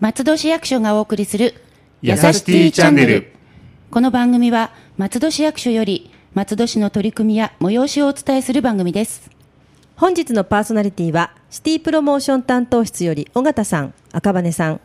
松戸市役所がお送りするやさしティーチャンネルこの番組は松戸市役所より松戸市の取り組みや催しをお伝えする番組です本日のパーソナリティはシティプロモーション担当室より尾形さん赤羽さん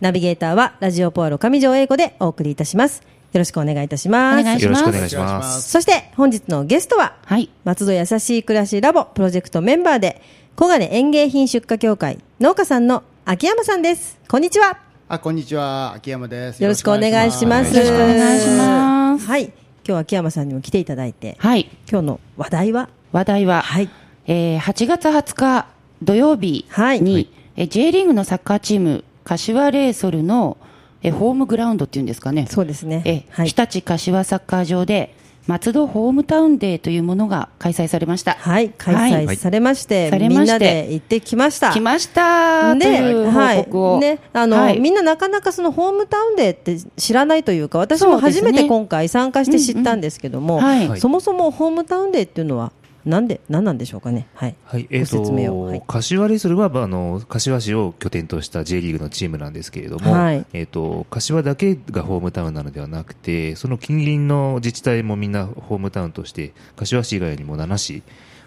ナビゲーターはラジオポアロ上条英子でお送りいたしますよろしくお願いいたしますお願いしよますろしくお願いします。そして本日のゲストは、はい松戸やさしい暮らしラボプロジェクトメンバーで小金園芸品出荷協会農家さんの秋山さんですこんにちはあこんにちは秋山です。よろしくお願いしますよろしくお願いしますはい今日秋山さんにも来ていただいて、はい今日の話題は話題は、はいえー8月20日土曜日に、はいえー J リーグのサッカーチーム柏レイソルの、えーホームグラウンドっていうんですかねそうですねえーはい日立柏サッカー場で松戸ホームタウンデーというものが開催されましたはい開はい催されまして、されましてみんなで行ってきました来ましたという報告を、はいねあのはいみんななかなかそのホームタウンデーって知らないというか私そもうです初ねめて今回参加して知ったんですけどうんも、うんはいそもそもホームタウンデーっていうのはなんで何なんでしょうかね、はいはい、えっ、ご説明を、と、はい柏レイソルは、まああの、柏市を拠点とした J リーグのチームなんですけれども、はいえっ、と、柏だけがホームタウンなのではなくて、その近隣の自治体もみんなホームタウンとして、柏市以外にも7市、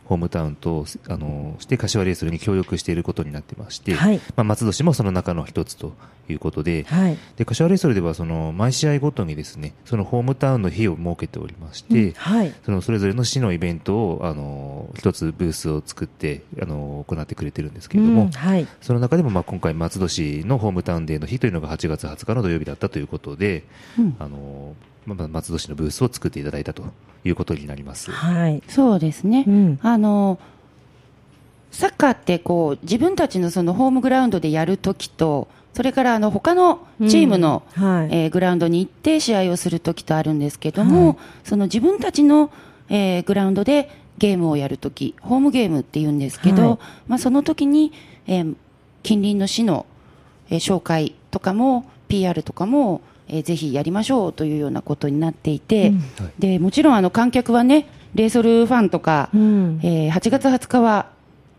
ホームタウンと、あの、して柏レイソルに協力していることになってまして、はいまあ、松戸市もその中の一つということで、はいで、柏レイソルでは、その、毎試合ごとにですね、そのホームタウンの日を設けておりまして、はいそのそれぞれの市のイベントを、あの一つブースを作って、あの行ってくれてるんですけれども、うんはいその中でも、まあ、今回、松戸市のホームタウンデーの日というのが8月20日の土曜日だったということで、あのまあ、松戸市のブースを作っていただいたということになります。はいそうですね、うんあのサッカーってこう自分たちのそのホームグラウンドでやるときと、それからあの他のチームの、うんはいえーグラウンドに行って試合をするときとあるんですけども、その自分たちの、えーグラウンドでゲームをやるとき、ホームゲームって言うんですけど、はいまあ、その時に、えー近隣の市の、えー紹介とかも PR とかも、えーぜひやりましょうというようなことになっていて、でもちろんあの観客はねレイソルファンとか、うんえー8月20日は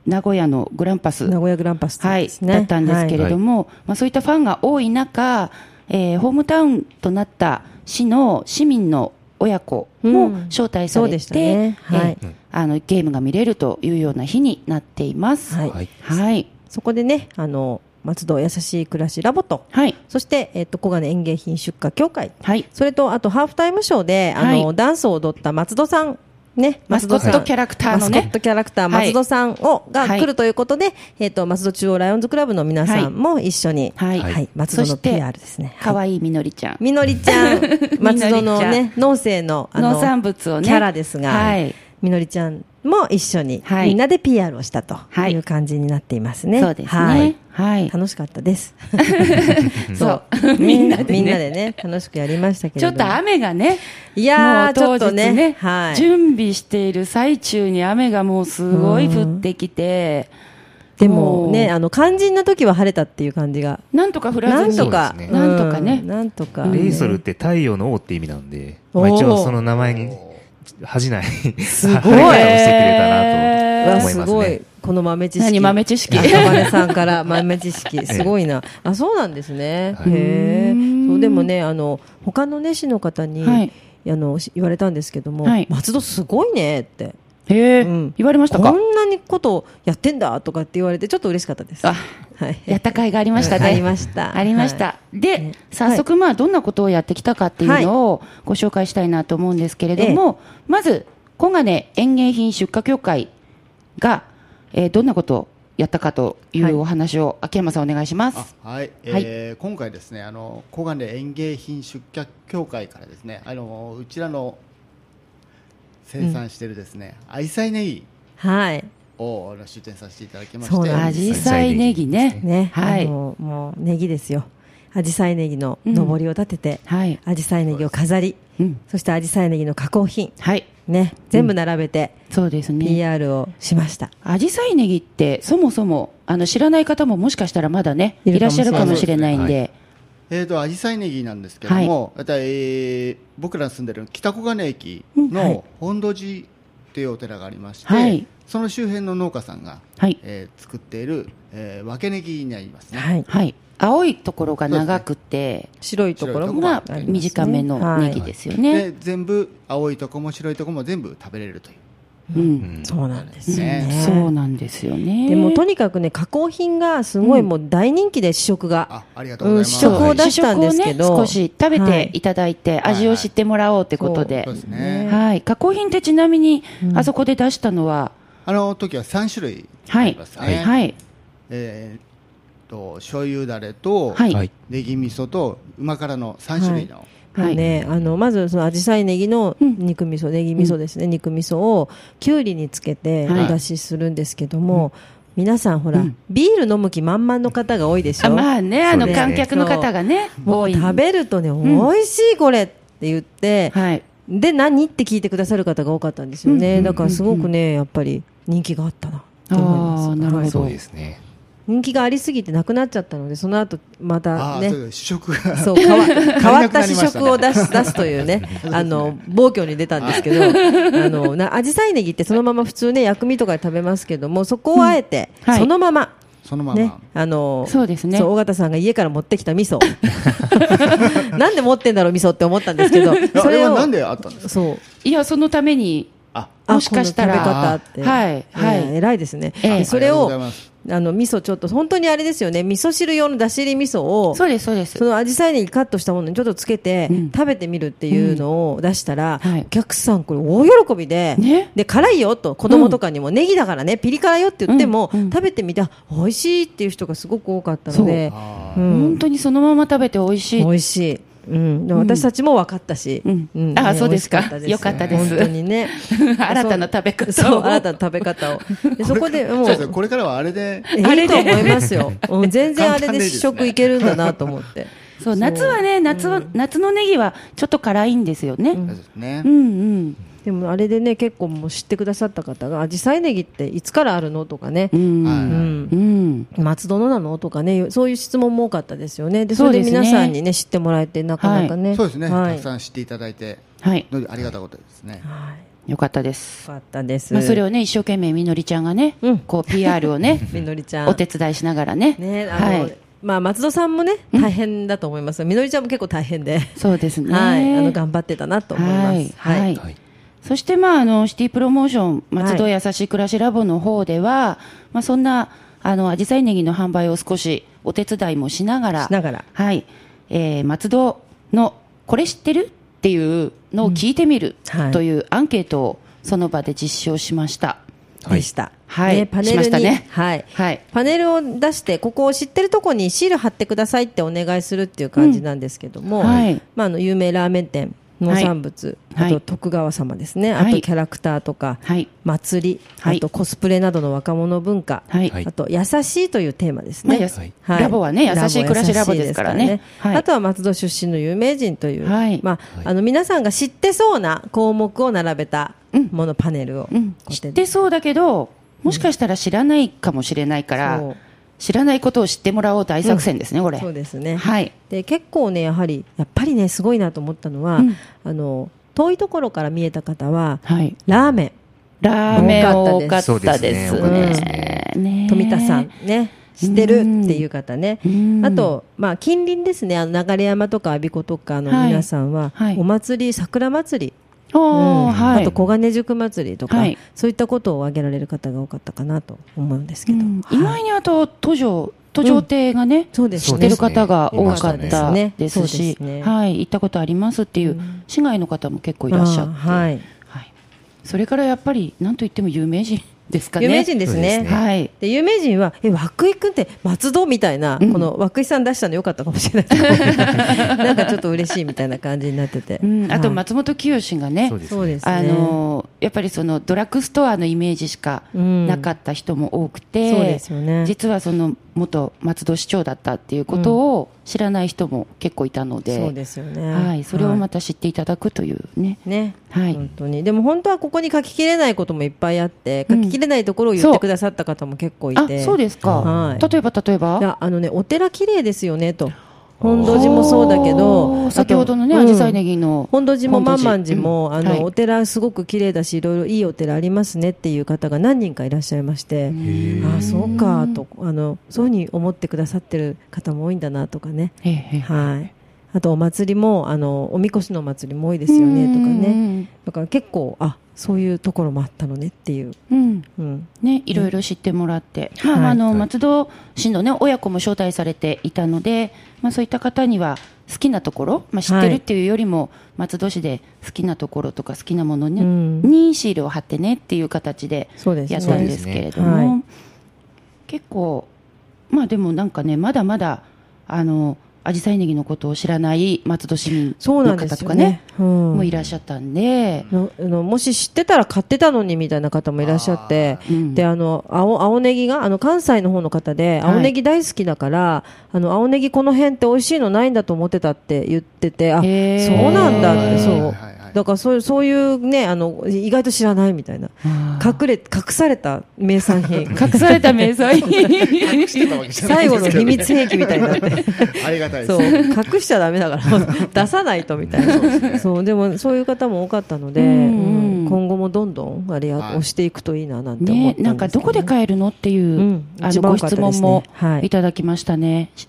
名古屋のグランパス、名古屋グランパスはいですねだったんですけれども、まあ、そういったファンが多い中、えーホームタウンとなった市の市民の親子もうん招待さそうれでしたて、ねはいえーあのゲームが見れるというような日になっています。はいはいはい、そこでねあの松戸やさしい暮らしラボとはいそして、えっと、小金園芸品出荷協会はいそれと、あと、ハーフタイムショーで、あの、はいダンスを踊った松戸さん、ね、マスコットキャラクターのマスコッねトキャラクター、はい松戸さんを、がはい来るということで、えっ、と、松戸中央ライオンズクラブの皆さんも一緒に、ははいい、はい松戸そのして PR ですね。可はい愛いみのりちゃん、みのりちゃん 松戸のみのりね、農政の、あの、農産物をねキャラですが、はいみのりちゃんも一緒に、はいみんなで PR をしたとはいいう感じになっていますね。そうですねはいはい楽しかっ たです。そうねみんなでねみんなでね、楽しくやりましたけれちょどっも。と雨がね、いやーもう当日ねちょっとねはい準備している最中に雨がもうすごい降ってきて、でもね、うあの肝心な時は晴れたっていう感じが、なんとか降ならんずとに、か、そうですねなんとかねうんなんとか、レイソルって太陽の王って意味なんで、おまあ、ー一応その名前に恥じない、 すごいをしてくれたうなわと思いすますごねい。、この豆知識。何豆知識赤羽さん から豆知識、すごいな。あ、そうなんですね。はいへうえ。んそう、でもね、あの、他のね、市の方に、はいあの、し言われたんですけども、はい松戸すごいねって。へえ、うん言われましたこかんなにことやってんだとかって言われて、ちょっと嬉しかったです。あはい。やった甲斐がありましたね。ありましたありましたで、ね早速、まあ、どんなことをやってきたかっていうのをご紹介したいなと思うんですけれども、まず、小金園芸品出荷協会が、えーどんなことをやったかといはいうお話を、秋山さんお願いしまあす。はい、えー今回ですねあの小金園芸品出荷協会からですねあのうちらの生産してるですね、愛妻ネギはい。をあの出展させていただきまそしうてなんアですジサイネギね。ね、はいあのもうネギですよ紫陽花ネギの上りを立ててはい。紫陽花ネギを飾りうん。そして紫陽花ネギの加工品はい。ね全部並べてそうですね。 PR をしました、アジサイネギって、そもそも、あの、知らない方ももしかしたらまだね、いいるらっかもししゃれなるいかもしれないんで。えー、とアジサイネギなんですけども、だいたいえー僕らの住んでる北小金駅うんはいの本土寺っていうお寺がありまして、はいその周辺の農家さんが、はいえー作っている、えー、分けネギになりますね、はい。はい。青いところが長くて、白いところもがありますね短めのネギはいですよね。で全部青いとこも白いとこも全部食べれるというう。うんんそうなんですよね。そうなんですよね。でもとにかくね加工品がすごいもう大人気で試食が、あありがとううごん、ざい試ます、食を出したんですけ試食ど、をね、少し食べはていいただいて、味を知ってもらおうってことでそう。ですね、はい。加工品ってちなみに、あそこで出したのは、あの時は3種類あはいります。ね、はい。はい。えー、と醤油だれと、はいはい。ネギ味噌と旨辛の3種類の、はいね、あのまずその紫陽花ネギのうん肉味噌、ネギ味噌ですね、肉味噌をきゅうりにつけてはいお出しするんですけども、皆さんほら、ビール飲む気満々の方が多いでしあょ。まあね、あのそうですね観客の方がね、も多うい。食べるとね、ん美味しいこれって言って、はい。で何って聞いてくださる方が多かったんですよね、だからすごくねやっぱり人気があったなと思いますあーなるほどはいそうですね。人気がありすぎてなくなっちゃったのでその後まあたあねそうです試食がそう変 わ変わった試足りなくなりました食ねを出し出すというねあの暴挙に出たんですけ どあのな紫陽花ネギってそのまま普通ね薬味とかで食べますけどもそこをあえて、うんはいそのままそのまま、ね、あのそうですねそう尾形さんが家から持ってきた味噌 なんで持ってんだろう味噌 って思ったんですけどいやあそれれはをなんであったんですかそういや、そのために、ああもしかしたらこの食べ方ってはいはいえー偉いですね、ええでそれありがとうをござあいますの味噌ちょっと本当にあれですよね味噌汁用のだし入り味噌をそうです、そうですそ。の紫陽花ネギカットしたものにちょっとつけて、食べてみるっていうのを出したら、うんはいお客さんこれ大喜びで、ねで辛いよと子供とかにも、ネギだからねピリ辛よって言っても、うんうん食べてみてあ美味しいっていう人がすごく多かったのであうーん本当にそのまま食べて美味しい美。味しい。うん、でも私たちも分かったし、うんあそうですか美味しよかったです本当にね 新たな食べ方をそう新たな食べ方をでそこでもうそうですこれからはあれでいあれいでと思いますよ、うん、全然あれ簡単ででいいです試ね食いけるんだなと思ってそう、夏はね、夏は、夏のネギはちょっと辛いんですよね。そうですね、うんうん。でもあれでね結構もう知ってくださった方が「紫陽花ネギっていつからあるの?」とかね、うん。はうんいうん。松戸のなのとかねそういう質問も多かったですよねでそれそでうですね皆さんにね知ってもらえてなかなかね、そうですね、はいたくさん知っていただいてはい。のでありがたいことですねはい、よかったですよ。かったです、まあ、それをね、一生懸命みのりちゃんがね、うん、こう PR をね みのりちゃんお手伝いしながらね。ねあのはい。まあ、松戸さんもね大変だと思いますみのりちゃんも結構大変で、そうですね。はい、あの頑張ってたなと思います。はいはいはい。そして、まあ、あの、シティプロモーション、松戸はいやさしい暮らしラボの方では、まあ、そんな、あの、アジサイネギの販売を少しお手伝いもしながら、しながらはい。えー、松戸の、これ知ってるっていうのを聞いてみる、うんはいというアンケートを、その場で実証しました。でした。はいねパネしルまに、したねはい。はい。パネルを出して、ここを知ってるとこにシール貼ってくださいってお願いするっていう感じなんですけども、うんはいまあ、あの、有名ラーメン店、農産物、はいあと徳川様ですね、はいあとキャラクターとか、はい祭り、はいあとコスプレなどの若者文化、はいはいあと優しいというテーマですまあね。やはいはいラボはね、優しい暮らしラボですからラボ優しねいで。すからはいあとは松戸出身の有名人という、はいまはいあ、あの皆さんが知ってそうな項目を並べたもの、パネルを、うんこうや知ってそうだけど、もしかしたら知らないかもしれないから、そう知らないことを知ってもらおう大作戦ですね、これ。そうですね、はい。で結構ねやはりやっぱりねすごいなと思ったのは、うんあの遠いところから見えた方ははい。ラーメラーメン多多かかっったたでですすね。そうですねねン富田さん。ね知ってるっていう方ね、うんあと、まあ、近隣ですねあの流山とか我孫子とかのはい皆さんは、はいお祭り桜祭りおーうんはい。あと小金塾祭りとか、はいそういったことを挙げられる方が多かったかなと思うんですけど、うんはい意外にあと、途上、途上亭がね、そうです知そっうてでるすね方が多かったいましたねですそうでしすね、、はい。行ったことありますっていううん市外の方も結構いらっしゃっあて。ーはいはい、それからやっぱり、なんといっても有名人ですかね。有名人ですねそうですねはい。で有名人は「え涌井君って松戸?」みたいな、うんこの涌井さん出したのよかったかもしれないなんかちょっと嬉しいみたいな感じになってて、うん、あとはい松本清がねそう、ですそうね。ですねあのーやっぱりそのドラッグストアのイメージしかうんなかった人も多くて、そうですよね実はその元松戸市長だったっていうことを知らない人も結構いたので、そうですよねはい、それをまた、た知っていただくというね、ねはい本当にでも本当はここに書ききれないこともいっぱいあって書ききれないところを言そっうてくださった方も結構いて、あそうですか、はい例えば、例えば、ああのねお寺綺麗ですよねと本土寺もそうだけおどー先ほどのね、あとうん紫陽花ネギの。本土寺も万満寺も、うんあの、はいお寺すごく綺麗だしいろいろいいお寺ありますねっていう方が何人かいらっしゃいまして、へああそうかとあのそういうふうに思ってくださってる方も多いんだなとかね、ええええはい、あとお祭りもあのおみこしのお祭りも多いですよねとかうんねだから結構あそういうところもあったのねっていう、うんうん。うん、ね、いろいろ知ってもらって、んまあ、はいあのはい松戸市の、ね、親子も招待されていたので、まあ、そういった方には好きなところ、まあ、知ってはるいっていうよりも、松戸市で好きなところとか好きなものに,、うんにシールを貼ってねっていう形でそうですやねったんですけれどそうですねも、はい結構、まあ、でもなんかねまだまだあの紫陽花ネギのことを知らない松戸市民そうなのんで方すとよかねねうんもういらっしゃったんで。のあのもし知ってたら買ってたのにみたいな方もいらっしゃってあ、うんであの青青ネギがあの関西の方の方ではい青ネギ大好きだから、あの青ネギこの辺って美味しいのないんだと思ってたって言っててあへーそうなんだってそう、はいはいはいだからそういうそういうねあの意外と知らないみたいなあー隠れ隠された名産品 隠された迷彩してたわけじゃな最いん後での秘すけどね密兵器みたいに なって ありがたいでそすう隠しちゃだめだから出さないとみたいなそうでもそういう方も多かったので、うんうんうん今後もどんどんあれや、はい押していくといいななんて思ね、ったんですけど、なんかどこで買えるのっていう、うんあ一の番ご多かった質ですね問もはいいただきましたね。そ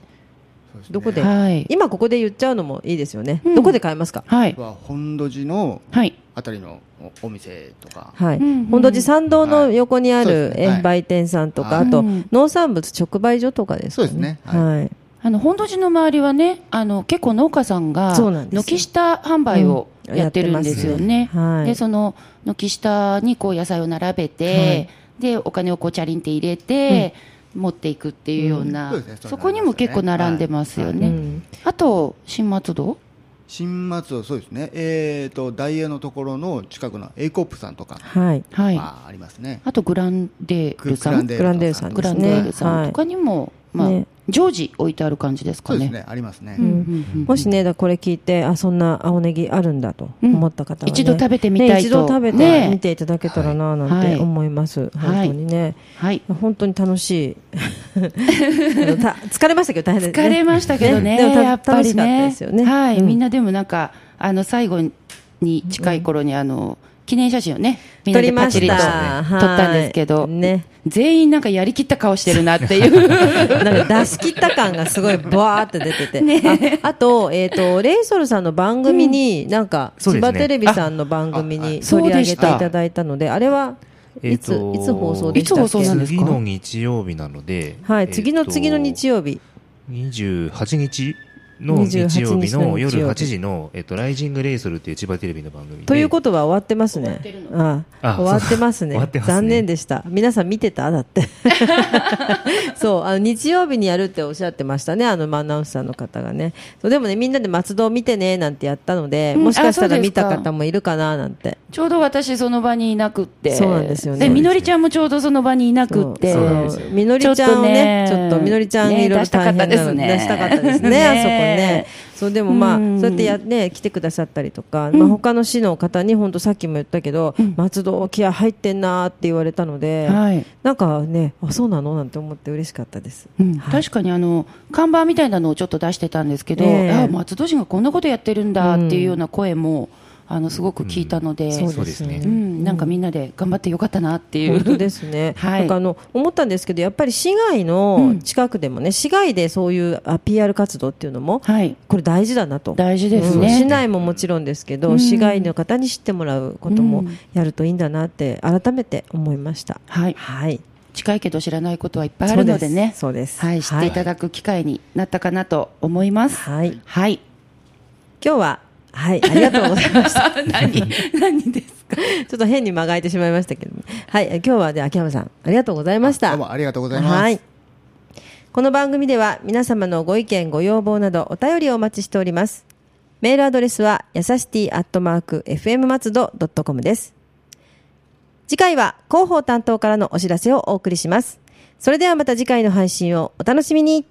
うですねどこで、はい今ここで言っちゃうのもいいですよね、うんどこで買えますか、はい。は本土寺のはい。あたりのおお店とかはいうんうん本土寺参道の横にあはいそうるですねはい塩売店さんとか、はいあとうん農産物直売所とかですかねそうですねははいあの、本土寺の周りはね、あの、結構農家さんが、そうなんですよ軒下販売をうんやってるんですよね。やってますねはいで、その、軒下にこう野菜を並べて、で、お金をこうチャリンって入れて、持っていくっていうような、うんそうですねそうそこにも結構並んでますよね。ううんんあと、新松戸新松戸そうですねえーとダイエーのところの近くの A コップさんとかはいはい。あまあありますねと、グランデールさん。グランデールさんグランですデねールさんとかにも、まあ、ね常時置いてある感じですかそうね。ですねありますねうんうんうんもしね、だからこれ聞いて、あ、そんな青ネギあるんだとうん思った方は、ね一度食べてみたいとね一度食べてねみていただけたらな、なんて思います。はい本当にね。はい。本当に楽しい。 あのた疲れましたけど大変です、ね。疲れましたけどね、でもたやっぱりね。楽しかったですよね。はい、うんみんなでもなんか、あの、最後に近い頃に、あの、記念写真をね、みんな撮りでパまチしリとた。撮ったんですけど、はいね。全員なんかやりきった顔してるなっていう。 なんか出し切った感がすごいバーって出てて、ああと,、えー、とレイソルさんの番組に、なんかそう千ですね葉テレビさんの番組にあ取そり上げていうでしたただいたのであれはえーいつ,、といつ放送でしたっけいつ放送なんですか次の日曜日なので、はい、次の次の日曜曜日、 28日の日曜日28日のの日曜日夜8時の、えっと、ライジングレイソルっていう千葉テレビの番組でということは終わってますね終わってるあああ終わってますねそう終わってますね残念でした皆さん見てただって そうあの日曜日にやるっておっしゃってましたねあのアナウンサーの方がねそうでもねみんなで松戸を見てねなんてやったので、うんもしかしたあそらうで見すかた方もいるかななんてちょうど私その場にいなくって。そうなんですよねみのりちゃんもちょうどその場にいなくって。そうなんですよみのりちゃんをね、ちちょっとねょっとみのりちゃんねいろいろ出したか大った変でなすのね出したかったですね、ねあそこね。そうでもまあ、うんそうやってやね来てくださったりとか、まあ他の市の方に本当さっきも言ったけど、松戸気合入ってんなーって言われたので、はい。なんかね、あそうなのなんて思って嬉しかったです。うんはい確かにあの看板みたいなのをちょっと出してたんですけど、ええあ松戸市がこんなことやってるんだっていうような声も、あのすごく聞いたので、うんそうそうですねでうすねねんなんかみんなで頑張ってよかったなっていう。本当ですね、はいなんかあの思ったんですけどやっぱり市街の近くでもね、市街でそういうあ PR 活動っていうのも はい、これ大事だなと大事ですうん市ね。内ももちろんですけど、うん市外の方に知ってもらうことうもんやるといいんだなって改めて思いました。はい、はい、近いけど知らないことはいっぱいあるのでね、そうです。はい、知っていただく機会になったかなと思います。はいはいはい、 今日ははいありがとうございました。ち何、何ですか。ょっと変に間が空いてしまいましたけども、はいえ今日はで秋山さんありがとうございました。どうもありがとうございますはい。この番組では皆様のご意見、ご要望などお便りをお待ちしております。メールアドレスは、やさしティアットマーク、fm 松戸 .com です。次回は広報担当からのお知らせをお送りします。それではまた次回の配信をお楽しみに。